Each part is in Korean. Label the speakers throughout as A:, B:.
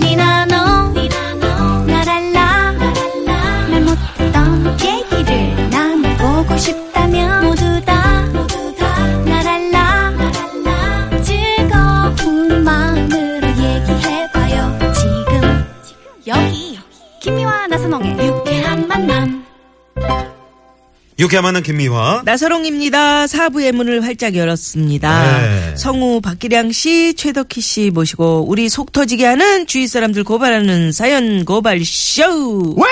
A: 니나노 나랄라 말 못했던 얘기를 나눠보고 싶다면 모두 다 나랄라 즐거운 마음으로 얘기해봐요 지금 여기 김미와 나선홍의 유쾌한 만남
B: 유쾌한 만남 김미화.
C: 네. 나서롱입니다. 사부의 문을 활짝 열었습니다.
B: 네.
C: 성우 박기량 씨, 최덕희 씨 모시고 우리 속 터지게 하는 주위 사람들 고발하는 사연 고발 쇼.
B: 왜?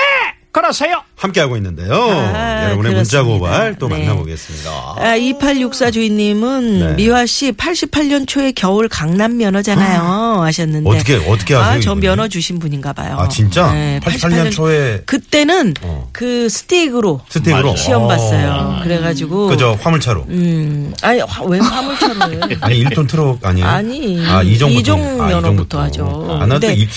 B: 그러세요? 함께하고 있는데요.
C: 아,
B: 여러분의 문자
C: 그렇습니다.
B: 고발 또
C: 네.
B: 만나보겠습니다.
C: 아, 2864 주인님은
B: 네.
C: 미화 씨 88년 초에 겨울 강남 면허잖아요 하셨는데
B: 어떻게- 어떻게 아세요,
C: 아, 저
B: 이분이?
C: 면허 주신 분인가 봐요.
B: 아, 진짜? 88년
C: 88년
B: 초에?
C: 그때는
B: 어.
C: 그 스틱으로
B: 스틱으로?
C: 아, 시험
B: 어.
C: 봤어요. 그래가지고
B: 그저 화물차로.
C: 음, 아니 화- 왜 화물차를?
B: 아니 1톤 트럭 아니에요?
C: 아니.
B: 아 이종부터.
C: 이종
B: 아,
C: 면허부터
B: 이종부터.
C: 하죠.
B: 아, 나도
C: 근데
B: 이,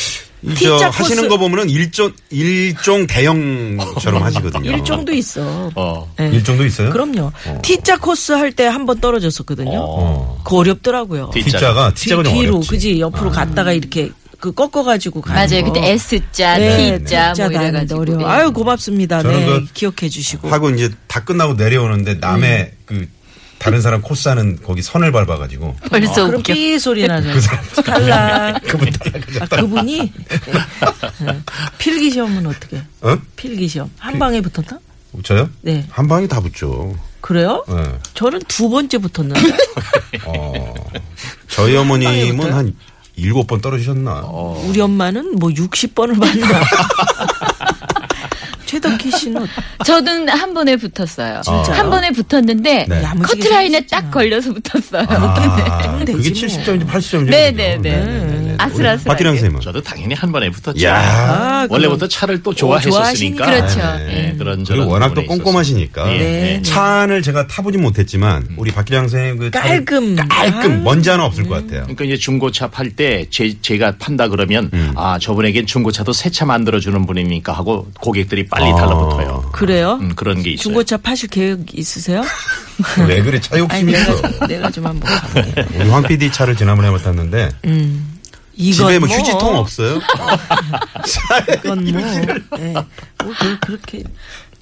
B: 이 저,
C: T자
B: 하시는
C: 코스.
B: 거 보면은 일종 일종 대형처럼 하시거든요.
C: 일종도 있어.
D: 어.
C: 예.
B: 일종도 있어요?
C: 그럼요. T자 코스 할 때 한 번 떨어졌었거든요.
B: 어.
C: 그거 어렵더라고요.
D: 뒤-
B: T자가
C: 뒤,
B: T자가 좀
C: 뒤로
B: 어렵지. 아.
C: 그지 옆으로 갔다가 이렇게 그 꺾어가지고 가는
E: 맞아요.
C: 거.
E: 그때 S자,
C: 네,
E: T자 뭐
C: T자도 아닌데
E: 이래가지고.
C: 어려워.
E: 예.
C: 아유 고맙습니다.
B: 저는
C: 네
B: 그
C: 기억해 주시고.
B: 하고 이제 다 끝나고 내려오는데 남의 그 다른 사람 코스하는 거기 선을 밟아가지고
E: 벌써
C: 그럼
E: 웃겨.
C: 삐 소리 나죠. 탈락.
B: 그분 따라가자.
C: 아, 그분이 예. 필기 시험은 어떻게?
B: 어?
C: 필기 시험 한 방에 붙었나?
B: 저요?
C: 네.
B: 한 방에 다 붙죠.
C: 그래요?
B: 예.
C: 저는 두 번째 붙었는데.
B: 어. 저희 어머님은 한 일곱 번 떨어지셨나?
C: 우리 엄마는 뭐 60번을 봤나. 최덕희 씨는
E: 저는 한 번에 붙었어요.
B: 아, 진짜요?
E: 한 번에 붙었는데
B: 네.
C: 야무지게
E: 커트라인에 딱
C: 생겼구나.
E: 걸려서 붙었어요.
B: 아, 그게
C: 되지 뭐.
B: 70점인지 80점인지.
E: 네네네. 아슬아슬하게.
B: 박기량 쌤은.
D: 저도 당연히 한 번에 붙었죠.
B: 야.
D: 원래부터 차를
C: 아,
D: 또
C: 어, 좋아하시니까. 음.
D: 좋아했었으니까.
E: 그렇죠.
D: 네, 그런 저런
B: 그리고 워낙 또
D: 부분에 있어서.
B: 꼼꼼하시니까.
D: 네, 음. 네.
B: 차 안을 제가 타보진 못했지만, 우리 박기량 쌤 그. 차를
C: 깔끔.
B: 깔끔. 먼지 하나 없을 것 같아요.
D: 그러니까 이제 중고차 팔 때 제가 판다 그러면
B: 음.
D: 아 저분에겐 중고차도 새 차 만들어 주는 분입니까 하고 고객들이 빨리
B: 아.
D: 달라붙어요.
C: 그래요?
D: 음, 그런 게 있어요.
C: 중고차 파실 계획 있으세요?
B: 왜 그래? 차
C: 아니
B: 욕심이 있어.
C: 내가 내가 좀 한번 가볼게.
B: 우리 황 PD 차를 지난번에 한번 탔는데,
C: 이건
B: 집에 뭐 휴지통 없어요?
C: 이건 뭐, 예. 뭐 그, 그렇게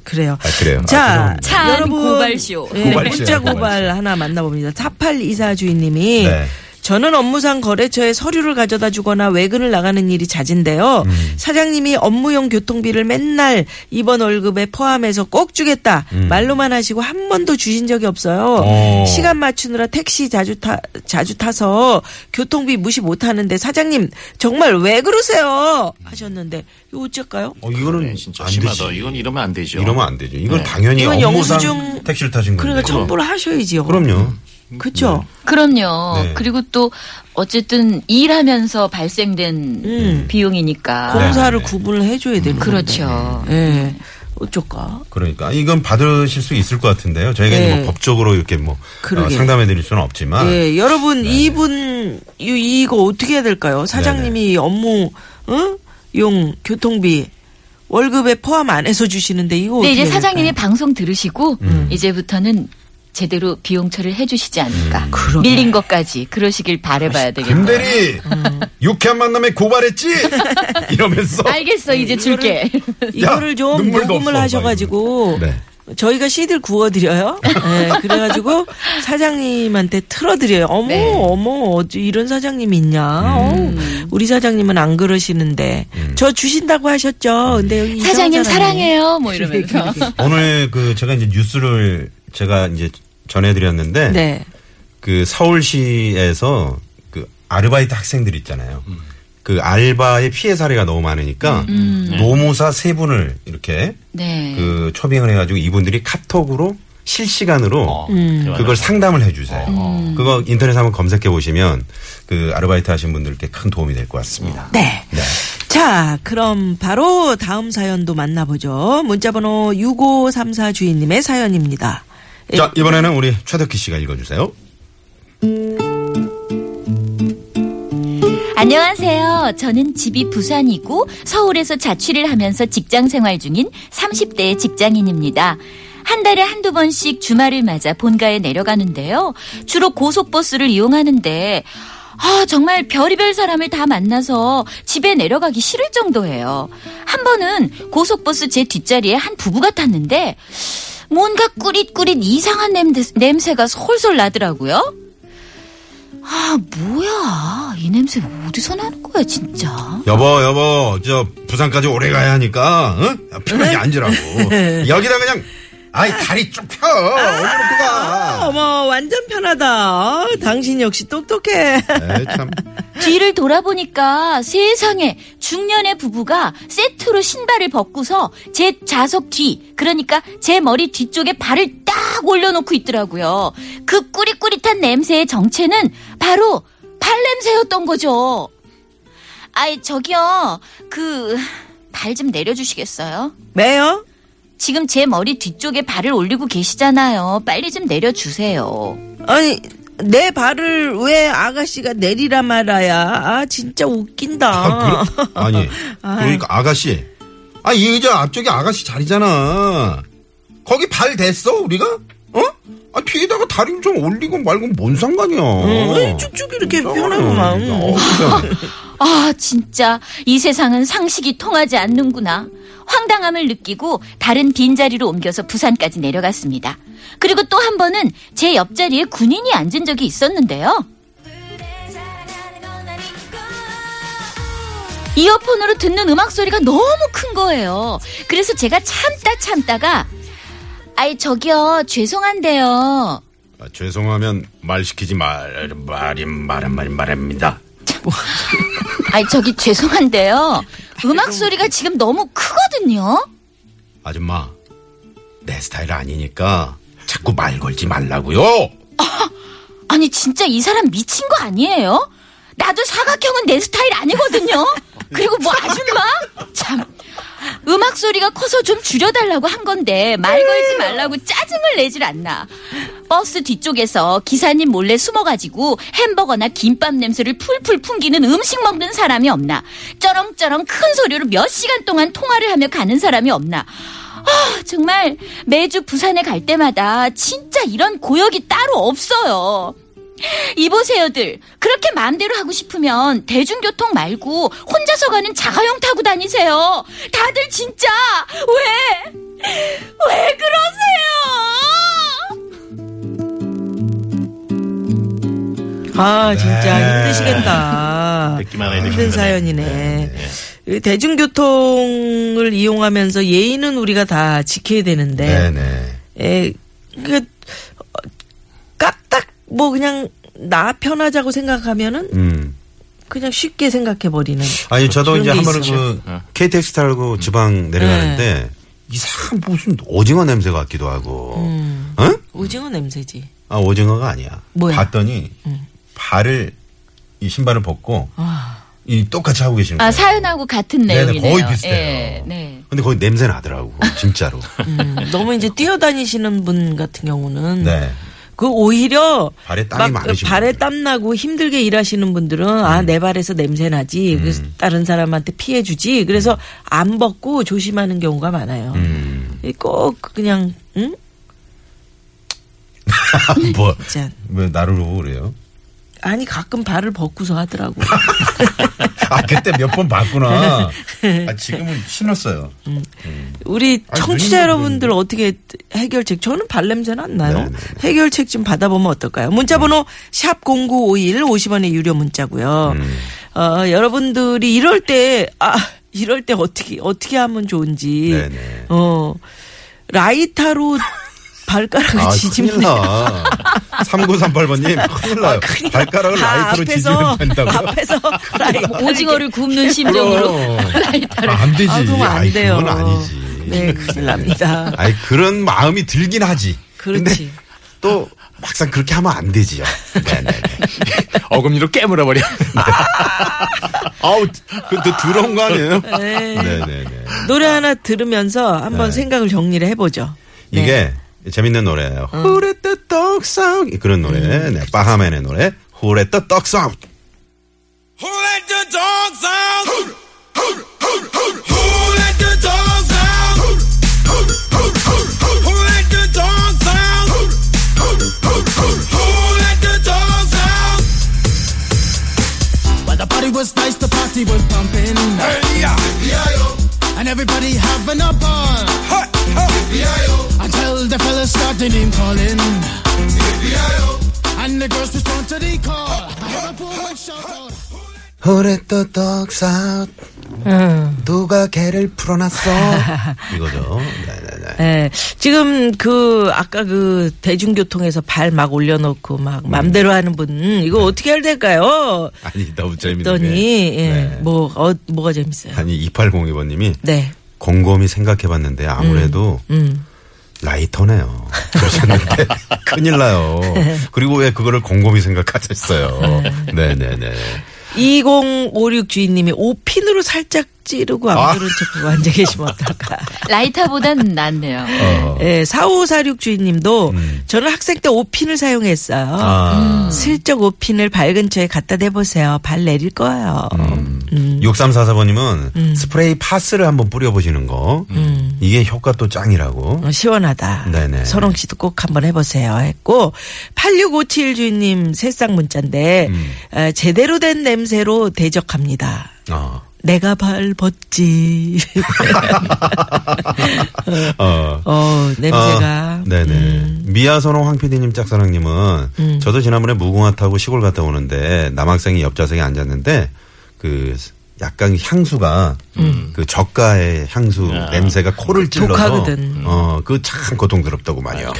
C: 그래요.
B: 아, 그래요. 아,
C: 자,
B: 죄송합니다.
E: 참
C: 여러분
E: 고발쇼.
C: 예,
B: 고발쇼,
C: 문자
B: 고발쇼.
C: 고발 하나 만나봅니다. 4824 주인님이
B: 네.
C: 저는 업무상 거래처에 서류를 가져다 주거나 외근을 나가는 일이 잦은데요. 사장님이 업무용 교통비를 맨날 이번 월급에 포함해서 꼭 주겠다 말로만 하시고 한 번도 주신 적이 없어요.
B: 어.
C: 시간 맞추느라 택시 자주 타 자주 타서 교통비 무시 못 하는데 사장님 정말 왜 그러세요? 하셨는데 이거 어쩔까요?
B: 어, 이거는
D: 네, 진짜
B: 안
D: 심하다. 네.
B: 되지.
D: 이건 이러면 안 되죠.
B: 이러면 안 되죠. 이건 당연히
C: 이건
B: 업무상
C: 영수증-
B: 택시를 타신 건데.
C: 그러니까 청부를 하셔야지요.
B: 그렇죠. 그럼요.
C: 그렇죠.
E: 그럼요.
B: 네.
E: 그리고 또 어쨌든 일하면서 발생된
C: 음.
E: 비용이니까.
C: 공사를 구분을 해줘야 되는
E: 그렇죠.
B: 네.
C: 예. 어쩔까?
B: 그러니까 이건 받으실 수 있을 것 같은데요. 저희가 이제
C: 네.
B: 뭐 법적으로 이렇게 뭐 어,
C: 그러게요.
B: 상담해 드릴 수는 없지만
C: 예, 여러분
B: 네.
C: 이분 이- 이거 어떻게 해야 될까요?
B: 네,
C: 사장님이 업무 응? 용 교통비 월급에 포함 안 해서 주시는데 이거
E: 근데
C: 어떻게
E: 네, 이제
C: 해야
E: 사장님이
C: 될까요?
E: 방송 들으시고
B: 음.
E: 이제부터는 제대로 비용 처리를 해주시지 않을까.
C: 그러게.
E: 밀린 것까지 그러시길 바래봐야
C: 예.
E: 되겠네요.
B: 음. 김대리
C: 음.
B: 유쾌한 만남에 고발했지 이러면서
E: 알겠어, 이제 줄게.
C: 이거를 좀
B: 눈물도
C: 녹음을
B: 없어,
C: 하셔가지고
B: 네.
C: 저희가 CD를 구워드려요. 예, 그래가지고 사장님한테 틀어드려요. 어머,
E: 네.
C: 어머, 어찌 이런 사장님이
B: 음.
C: 있냐. 어우, 우리 사장님은 안 그러시는데. 저 주신다고 하셨죠. 근데 여기 이상한
E: 사장님
C: 사람이.
E: 사랑해요. 뭐 이러면서.
B: 오늘 그 제가 이제 뉴스를 제가 이제 전해드렸는데
C: 네.
B: 그 서울시에서 그 아르바이트 학생들 있잖아요. 그 알바의 피해 사례가 너무 많으니까 노무사 세 분을 이렇게
E: 네.
B: 그 초빙을 해가지고 이분들이 카톡으로 실시간으로
D: 어,
B: 그걸 상담을 해주세요. 그거 인터넷 한번 검색해 보시면 그 아르바이트 하신 분들께 큰 도움이 될 것 같습니다.
C: 네. 자, 그럼 바로 다음 사연도 만나보죠. 문자번호 6534 주인님의 사연입니다. 예,
B: 자 이번에는 우리 최덕희 씨가 읽어주세요.
E: 안녕하세요. 저는 집이 부산이고 서울에서 자취를 하면서 직장 생활 중인 30대 직장인입니다. 한 달에 한두 번씩 주말을 맞아 본가에 내려가는데요. 주로 고속버스를 이용하는데 아, 정말 별의별 사람을 다 만나서 집에 내려가기 싫을 정도예요. 한 번은 고속버스 제 뒷자리에 한 부부가 탔는데 뭔가 꾸릿꾸릿 이상한 냄새, 냄새가 솔솔 나더라고요. 아, 뭐야. 이 냄새 어디서 나는 거야, 진짜.
B: 여보, 여보, 저 부산까지 오래 가야 하니까 응?
C: 네.
B: 편하게 앉으라고. 여기다 그냥 아이 다리 쭉 펴. 얼른 놓고 가.
C: 어머 완전 편하다. 아, 당신 역시 똑똑해.
B: 에이, 참.
E: 뒤를 돌아보니까 세상에 중년의 부부가 세트로 신발을 벗고서 제 좌석 뒤, 그러니까 제 머리 뒤쪽에 발을 딱 올려놓고 있더라고요. 그 꾸릿꾸릿한 냄새의 정체는 바로 발 냄새였던 거죠. 아이, 저기요. 그, 발 좀 내려주시겠어요?
C: 왜요?
E: 지금 제 머리 뒤쪽에 발을 올리고 계시잖아요. 빨리 좀 내려주세요.
C: 아니 내 발을 왜 아가씨가 내리라 말아야? 아 진짜 웃긴다.
B: 아, 그래? 아니 그러니까 아가씨. 아 이 의자 앞쪽에 아가씨 자리잖아. 거기 발 댔어 우리가? 어? 아 뒤에다가 다리 좀 올리고 말고 뭔 상관이야.
C: 응, 어, 쭉쭉 음, 이렇게 편하구만.
B: 어, 그러니까.
E: 아, 진짜 이 세상은 상식이 통하지 않는구나. 황당함을 느끼고 다른 빈자리로 옮겨서 부산까지 내려갔습니다. 그리고 또 한 번은 제 옆자리에 군인이 앉은 적이 있었는데요. 이어폰으로 듣는 음악 소리가 너무 큰 거예요. 그래서 제가 참다 참다가 아이 저기요 죄송한데요.
B: 아, 죄송하면 말 시키지 말 말이 말한 말 말합니다.
E: 아이 저기 죄송한데요. 음악 소리가 지금 너무 크거든요.
B: 아줌마 내 스타일 아니니까 자꾸 말 걸지 말라고요.
E: 아니 진짜 이 사람 미친 거 아니에요? 나도 사각형은 내 스타일 아니거든요. 그리고 뭐 아줌마 참 음악 소리가 커서 좀 줄여달라고 한 건데 말 걸지 말라고 짜증을 내질 않나. 버스 뒤쪽에서 기사님 몰래 숨어가지고 햄버거나 김밥 냄새를 풀풀 풍기는 음식 먹는 사람이 없나. 쩌렁쩌렁 큰 소리로 몇 시간 동안 통화를 하며 가는 사람이 없나. 아, 정말 매주 부산에 갈 때마다 진짜 이런 고역이 따로 없어요. 이보세요들 그렇게 마음대로 하고 싶으면 대중교통 말고 혼자서 가는 자가용 타고 다니세요. 다들 진짜 왜? 왜 그러세요?
C: 아 진짜
B: 네.
C: 힘드시겠다.
D: 듣기만
B: 아,
D: 해도
C: 힘든
D: 힘드네.
C: 그 사연이네. 이 대중교통을 이용하면서 예의는 우리가 다 지켜야 되는데,
B: 네네.
C: 에, 그, 어, 까딱, 뭐, 그냥, 나 편하자고 생각하면은,
B: 음.
C: 그냥 쉽게 생각해버리는.
B: 아니 저도
C: 그런
B: 이제
C: 게 음.
B: 한 번은
C: 있어요.
B: 그 KTX 타고 지방
C: 네.
B: 내려가는데 이상한 무슨 오징어 냄새 같기도 하고. 어?
C: 오징어 냄새지.
B: 아 오징어가 아니야.
C: 음. 뭐야? 음.
B: 봤더니 발을 이 신발을 벗고
C: 아.
B: 이 똑같이 하고 계시는 거예요.
E: 아 사연하고 같은
B: 네네,
E: 내용이네요.
B: 거의 비슷해요.
E: 예, 네.
B: 근데 거기 냄새 나더라고 진짜로.
C: 음, 너무 이제 뛰어다니시는 분 같은 경우는,
B: 네.
C: 그 오히려
B: 발에 땀이
C: 막
B: 많으신
C: 발에
B: 분들. 음.
C: 땀 나고 힘들게 일하시는 분들은 아 내 발에서 냄새 나지 그래서 다른 사람한테 피해 주지 그래서 안 벗고 조심하는 경우가 많아요.
B: 음.
C: 이꼭 그냥 응?
B: 뭐.
C: 진짜
B: 왜 나를 보고 그래요?
C: 아니 가끔 발을 벗고서 하더라고.
B: 아 그때 몇 번 봤구나. 아 지금은 신었어요.
C: 우리
B: 아니,
C: 청취자
B: 눈이
C: 여러분들 어떻게 해결책 저는 발냄새는 안 나요.
B: 네, 네,
C: 해결책 좀 받아보면 어떨까요? 문자 번호 샵 0951 50원의 유료 문자고요.
B: 음.
C: 어, 여러분들이 이럴 때 아, 이럴 때 어떻게 어떻게 하면 좋은지
B: 네, 네.
C: 어. 라이터로 발가락을
B: 아, 큰일
C: 지집네.
B: 나. 3938번님, 큰일
C: 아,
B: 나요. 발가락을 라이트로 지지면 된다고.
C: 앞에서 라이터
E: 오징어를 굽는 심정으로
B: 아, 안 되지.
C: 아, 그럼 안
B: 아이,
C: 돼요.
B: 그건 아니지.
C: 네, 큰일 납니다.
B: 아니, 그런 마음이 들긴 하지.
C: 그렇지.
B: 근데 또 막상 그렇게 하면 안 되지요. 네네네.
D: 어금니로 깨물어버려.
B: 아우, 근데 더러운 거 아니에요?
C: 네.
B: 네네네. 네.
C: 노래 하나 들으면서 한번 생각을 정리를 해보죠.
B: 이게 재밌는 노래예요. 후레떠 떡상 그런 노래.
C: 음,
B: 네,
C: 그렇죠.
B: 바하맨의 노래. 후레떠 떡상.
F: Who let the dogs out? Who, who, who, who, who let the dogs out? Who, who, who, who, who, who let the
G: everybody having a ball.
F: Hot, hot,
G: Until the fellas start the name calling. And the girls respond to the call. I have a pool with shout out.
H: 호레또 떡사웃 누가 개를 풀어놨어
B: 이거죠. 네네네.
C: 예. 지금 그 아까 그 대중교통에서 발 막 올려놓고
B: 음.
C: 막 맘대로 하는 분
B: 네.
C: 이거 어떻게 해야 될까요?
B: 아니 너무 재밌네.
C: 했더니 예.
B: 네.
C: 뭐 어, 뭐가 재밌어요?
B: 아니 2802번님이
C: 네.
B: 곰곰이 생각해봤는데 아무래도 라이터네요. 그러셨는데 큰일 나요. 그리고 왜 그거를 곰곰이 생각하셨어요? 네네네.
C: 2056 주인님이 오핀으로 살짝 찌르고 안
B: 아.
C: 들은 척하고 앉아 계시면 어떨까?
E: 라이터보단 낫네요.
B: 어. 음.
C: 예, 4546 주인님도 저는 학생 때 오핀을 사용했어요.
B: 아.
C: 슬쩍 오핀을 발 근처에 갖다 대보세요. 발 내릴 거예요.
B: 음. 6344번님은 스프레이 파스를 한번 뿌려보시는 거. 이게 효과 또 짱이라고.
C: 어, 시원하다.
B: 네네.
C: 서롱 씨도 꼭 한번 해보세요. 했고 8657 주인님 새싹 문자인데
B: 음.
C: 에, 제대로 된 냄새로 대적합니다.
B: 어.
C: 내가 발 벗지.
B: 어.
C: 어 냄새가.
B: 아,
C: 음.
B: 네네. 미아선호 황PD님 짝사랑님은 저도 지난번에 무궁화 타고 시골 갔다 오는데 남학생이 옆좌석에 앉았는데 그 약간 향수가 그 저가의 향수
D: 아,
B: 냄새가 코를 찔러서
C: 음. 그 독하거든. 아,
B: 어, 그 참 고통스럽다고 말이요.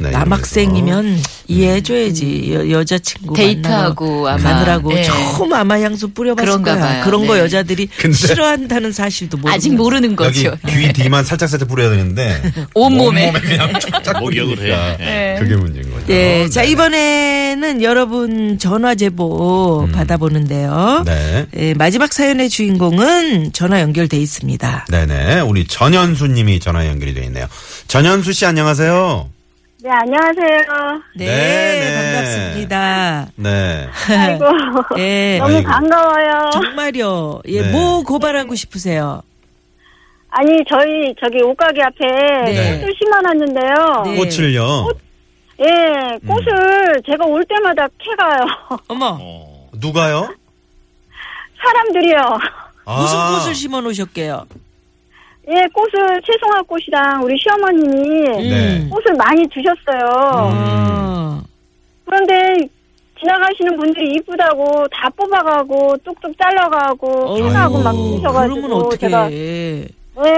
B: 네,
C: 남학생이면
B: 음.
C: 이해해줘야지 여, 여자친구
E: 데이트하고
C: 만나러
E: 아마,
C: 가느라고
E: 예.
C: 처음 아마 향수 뿌려봤을
E: 그런가
C: 거야.
E: 봐요.
C: 그런 거
E: 네.
C: 여자들이 싫어한다는 사실도 모르
E: 아직 모르는
B: 이러면서. 여기
E: 거죠.
C: 예.
B: 귀 뒤만 살짝살짝 뿌려야 되는데
E: 온몸에.
B: 온몸에 그냥 쫙쫙
D: 목욕을 예.
B: 뿌리니까
E: 해. 네.
B: 그게 문제인 거죠.
C: 예, 자
B: 네.
C: 이번에는 여러분 전화 제보
B: 음.
C: 받아보는데요.
B: 네.
C: 예, 마지막 사연의 주인공은 전화 연결돼 있습니다.
B: 네네. 우리 전현수 님이 전화 연결이 되어 있네요. 전현수 씨 안녕하세요.
I: 네, 안녕하세요.
C: 네,
B: 네.
C: 반갑습니다.
B: 네.
I: 아이고,
C: 예,
I: 너무
B: 아이고.
I: 어. 반가워요.
C: 정말요. 예,
B: 네.
C: 뭐 고발하고 싶으세요?
I: 아니, 저희 저기 옷가게 앞에
C: 네.
I: 꽃을 심어놨는데요.
C: 네. 음.
B: 꽃을요.
I: 예, 꽃을 제가 올 때마다 캐가요.
C: 어머,
B: 누가요?
I: 사람들이요.
C: 무슨
B: 아,
C: 꽃을 심어 놓으셨게요?
I: 예, 꽃을 채송화 꽃이랑 우리
C: 음.
I: 시어머님이
B: 네.
I: 꽃을 많이 주셨어요.
C: 어.
I: 그런데 지나가시는 분들이 이쁘다고 다 뽑아가고 뚝뚝 잘라가고
C: 어우,
I: 캐가고 막
B: 아이고.
I: 주셔가지고
C: 그러면 어떻게
I: 제가
C: 해?
I: 예,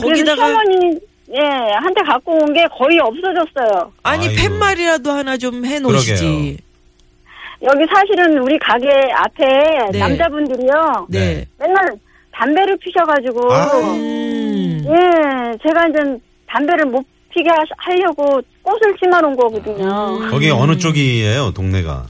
I: 그래서
C: 거기다가-
I: 시어머님 예, 한테 갖고 온 게 거의 없어졌어요.
C: 아니
B: 아이고.
C: 팻말이라도 하나 좀 해
B: 그러게요.
C: 놓으시지.
I: 여기 사실은 우리 가게 앞에
C: 네.
I: 남자분들이요.
C: 네.
I: 맨날 담배를 피셔가지고
B: 아유.
C: 음.
I: 예 제가 이제 담배를 못 피게 하- 하려고 꽃을 심어놓은
C: 음.
I: 거거든요.
B: 거기 어느 쪽이에요, 동네가?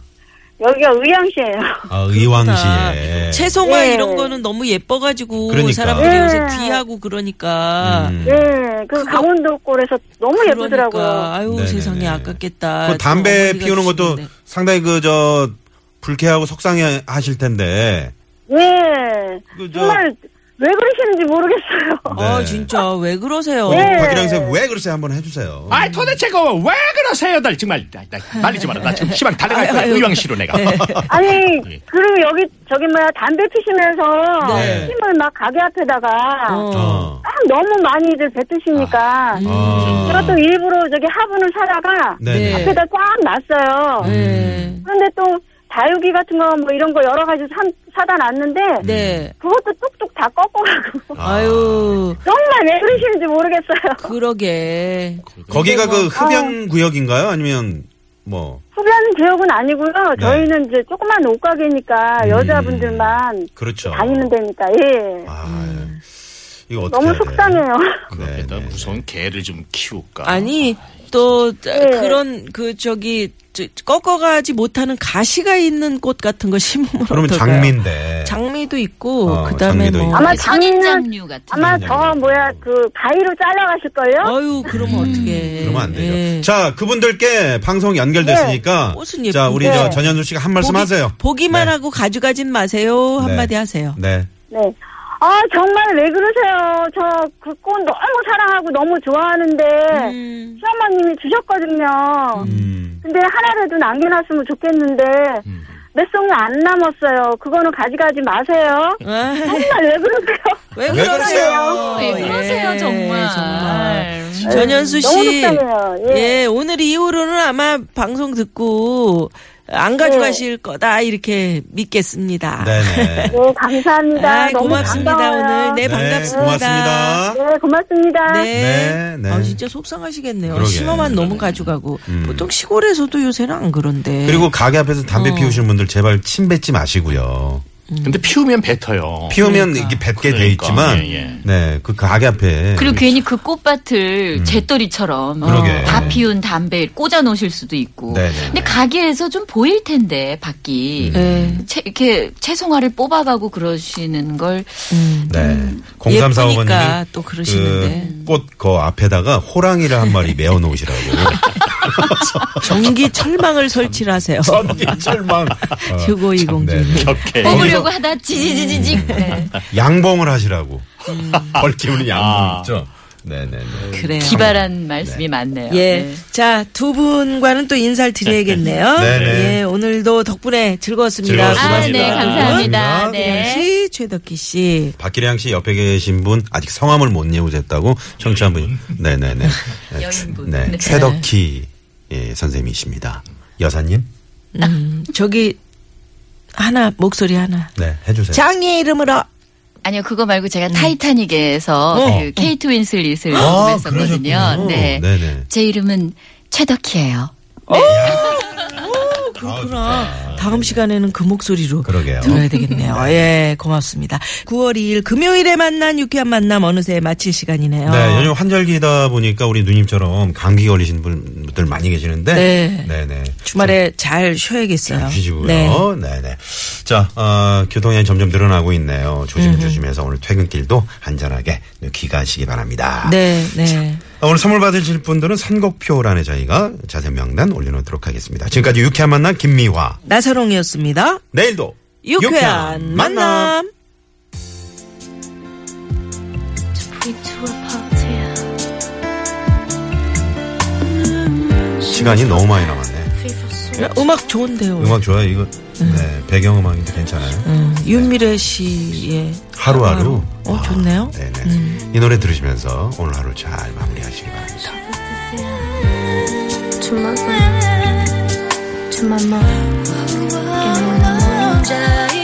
I: 여기가 의왕시예요.
B: 아, 의왕시에.
C: 채송화
I: 예.
C: 이런 거는 너무 예뻐가지고
B: 네. 그러니까.
C: 사람들이
I: 예.
C: 요새 귀하고 그러니까.
B: 음.
I: 예, 그 강원도 꼴에서 너무
C: 그러니까.
I: 예쁘더라고요.
C: 아유
B: 네네네.
C: 세상에 아깝겠다.
B: 그 담배
C: 좀 어머니가
B: 피우는 것도
C: 주시는데.
B: 상당히 그, 저, 불쾌하고 속상해 하실 텐데.
I: 예,
B: 그 저-
I: 정말 왜 그러시는지 모르겠어요.
B: 네.
C: 아 진짜 왜 그러세요?
I: 네.
B: 박기량 선생님, 왜 그러세요? 한번 해주세요.
D: 아이 도대체 그거 왜 그러세요들 정말 나- 나- 말리지 마라 나 지금 시방 달려갈 거야 의왕시로 내가 예.
I: 아니 그리고 여기 저기 뭐야 담배 피시면서
B: 네.
I: 힘을 막 가게 앞에다가
C: 어.
B: 어.
I: 딱 너무 많이들 뱉으시니까
B: 아.
I: 제가 또 일부러 저기 화분을 사다가
B: 네네.
C: 네.
I: 앞에다 꽉 놨어요.
C: 네.
I: 그런데 또 다육이 같은 거 뭐 이런 거 여러 가지 사, 사다 놨는데
B: 음.
C: 네.
I: 그것도 뚝뚝 다 꺾어가고
C: 아유
I: 정말 왜 그러시는지 모르겠어요.
C: 그러게.
B: 거기가 그
I: 뭐-
B: 흡연 구역인가요? 아니면 뭐,
I: 후변 구역은 아니고요. 저희는 이제 조그만 옷가게니까 여자분들만
B: 그렇죠.
I: 다니는 데니까 예.
B: 아, 이거 어떻게
I: 너무
B: 해야 돼요?
I: 속상해요.
D: 그렇겠다
B: 네, 네.
D: 무서운 개를 좀 키울까
C: 아니 또
I: 네.
C: 그런 그 저기 저- 꺾어가지 못하는 가시가 있는 꽃 같은 거 심으면
B: 그러면
C: 어떨까요?
B: 장미인데.
C: 장미도 있고
B: 어,
C: 그다음에
B: 장미도
C: 뭐
B: 있고.
I: 아마 장인은
E: 선인장류 같은.
I: 아마 저 뭐야 그 가위로 잘라가실걸요?
C: 아유 그러면 네. 어떻게?
B: 음, 그러면 안 되죠. 자, 그분들께 방송 연결됐으니까.
C: 예. 네. 옷은 예쁜데.
B: 자, 우리 저 전현주 씨가 한 말씀 하세요.
C: 보기만
B: 네.
C: 하고 가져가진 마세요. 한마디
B: 네.
C: 하세요.
B: 네.
I: 네. 아 정말 왜 그러세요? 저 그 꽃 너무 사랑하고 너무 좋아하는데
C: 음.
I: 시어머님이 주셨거든요.
B: 음.
C: 음.
I: 근데 하나라도 남겨놨으면 좋겠는데 몇 송이 안 남았어요. 그거는 가져가지 마세요.
C: 아.
I: 정말 왜 그러세요?
C: 왜
B: 왜
C: 그러세요?
I: 네,
E: 왜 그러세요,
C: 예,
E: 정말.
C: 전현수
I: 너무
C: 씨,
I: 속상해요.
C: 예.
I: 예.
C: 오늘 이후로는 아마 방송 듣고 안 가져가실 거다 이렇게 믿겠습니다.
B: 네네.
I: 네, 감사합니다.
C: 아,
I: 너무
C: 고맙습니다
I: 반가워요.
C: 오늘. 네, 반갑습니다.
B: 고맙습니다.
I: 네, 고맙습니다.
C: 네.
B: 네, 네.
C: 아, 진짜 속상하시겠네요.
B: 그러게. 음.
C: 심어만 너무 가져가고 보통 시골에서도 요새는 안 그런데.
B: 그리고 가게 앞에서 담배
C: 어.
B: 피우시는 분들 제발 침 뱉지 마시고요.
D: 근데 피우면 뱉어요.
B: 피우면 이게 뱉게 돼
D: 그러니까.
B: 있지만,
D: 예, 예.
B: 네, 그 가게 앞에.
E: 그리고 괜히 그 꽃밭을 잿더리처럼
B: 그러게.
E: 다 피운 담배 꽂아 놓으실 수도 있고.
B: 네네네. 음.
E: 근데 가게에서 좀 보일 텐데 밖이
C: 네.
E: 채, 이렇게 채송화를 뽑아가고 그러시는 걸
B: 네. 공삼사오번님이
C: 예쁘니까 또 그러시는데.
B: 꽃그 앞에다가 호랑이를 한 마리 메어 놓으시라고. 그
C: 전기 철망을 설치를 하세요.
B: 전기철망. 어,
C: 휴고 이공주.
D: 이렇게.
E: 뽑으려고
B: 네.
E: 하다 지지지지직.
B: 음.
E: 네.
B: 양봉을 하시라고. 벌키우는 양봉
D: 아.
B: 있죠. 네네네.
C: 음. 그래요.
E: 기발한 말씀이 많네요.
C: 예.
E: 네.
C: 자, 두 분과는 또 인사를 드려야겠네요.
B: 네네.
C: 예, 오늘도 덕분에 즐거웠습니다.
B: 즐거웠습니다.
E: 아, 네,
B: 고맙습니다.
E: 감사합니다.
C: 박기량
E: 네.
C: 씨, 최덕기 씨.
B: 박기량 씨 옆에 계신 분 아직 성함을 못 외우셨다고 청취한 분이 네네네 네,
E: 여인분.
B: 네,
E: 네.
B: 최덕희 예, 선생님이십니다 여사님
C: 음, 저기, 하나, 목소리 하나.
B: 네 해주세요
C: 장의 이름으로.
E: 아니요, 그거 말고 제가 타이타닉에서 그 케이트 윈슬릿을 녹음했었거든요.
B: 아, 그러셨군요.
E: 네.
B: 네네
E: 제 이름은 최덕희예요.
C: 어, 그렇구나. 다음 시간에는 그 목소리로.
B: 네, 그러게요
C: 들어야 되겠네요. 예, 고맙습니다. 9월 2일 금요일에 만난 유쾌한 만남 어느새 마칠 시간이네요.
B: 네 연휴 환절기다 보니까 우리 누님처럼 감기 걸리신 분들 많이 계시는데
C: 네.
B: 네네
C: 주말에 잘 쉬어야겠어요.
B: 주시고요.
C: 네.
B: 네. 네자 어, 교통량이 점점 늘어나고 있네요.
C: 음.
B: 조심조심해서 오늘 퇴근길도 안전하게 귀가하시기 바랍니다.
C: 네, 네.
B: 아, 오늘 선물 받으실 분들은 선곡표란에 저희가 자세 명단 올려놓도록 하겠습니다. 지금까지 유쾌한 만남 김미화.
C: 나선홍이었습니다.
B: 내일도
C: 유쾌한 만남.
B: 시간이 너무 많이
C: 그러니까.
B: 남았네.
C: 음악 좋은데요.
B: 음악 좋아요. 이거 네, 배경음악인데 괜찮아요.
C: 음, 윤미래 씨의
B: 하루하루. 아,
C: 어, 좋네요. 음.
B: 네네. 이 노래 들으시면서 오늘 하루 잘 마무리하시기 바랍니다.
A: To my mom, to my mom. And when I'm on a diet.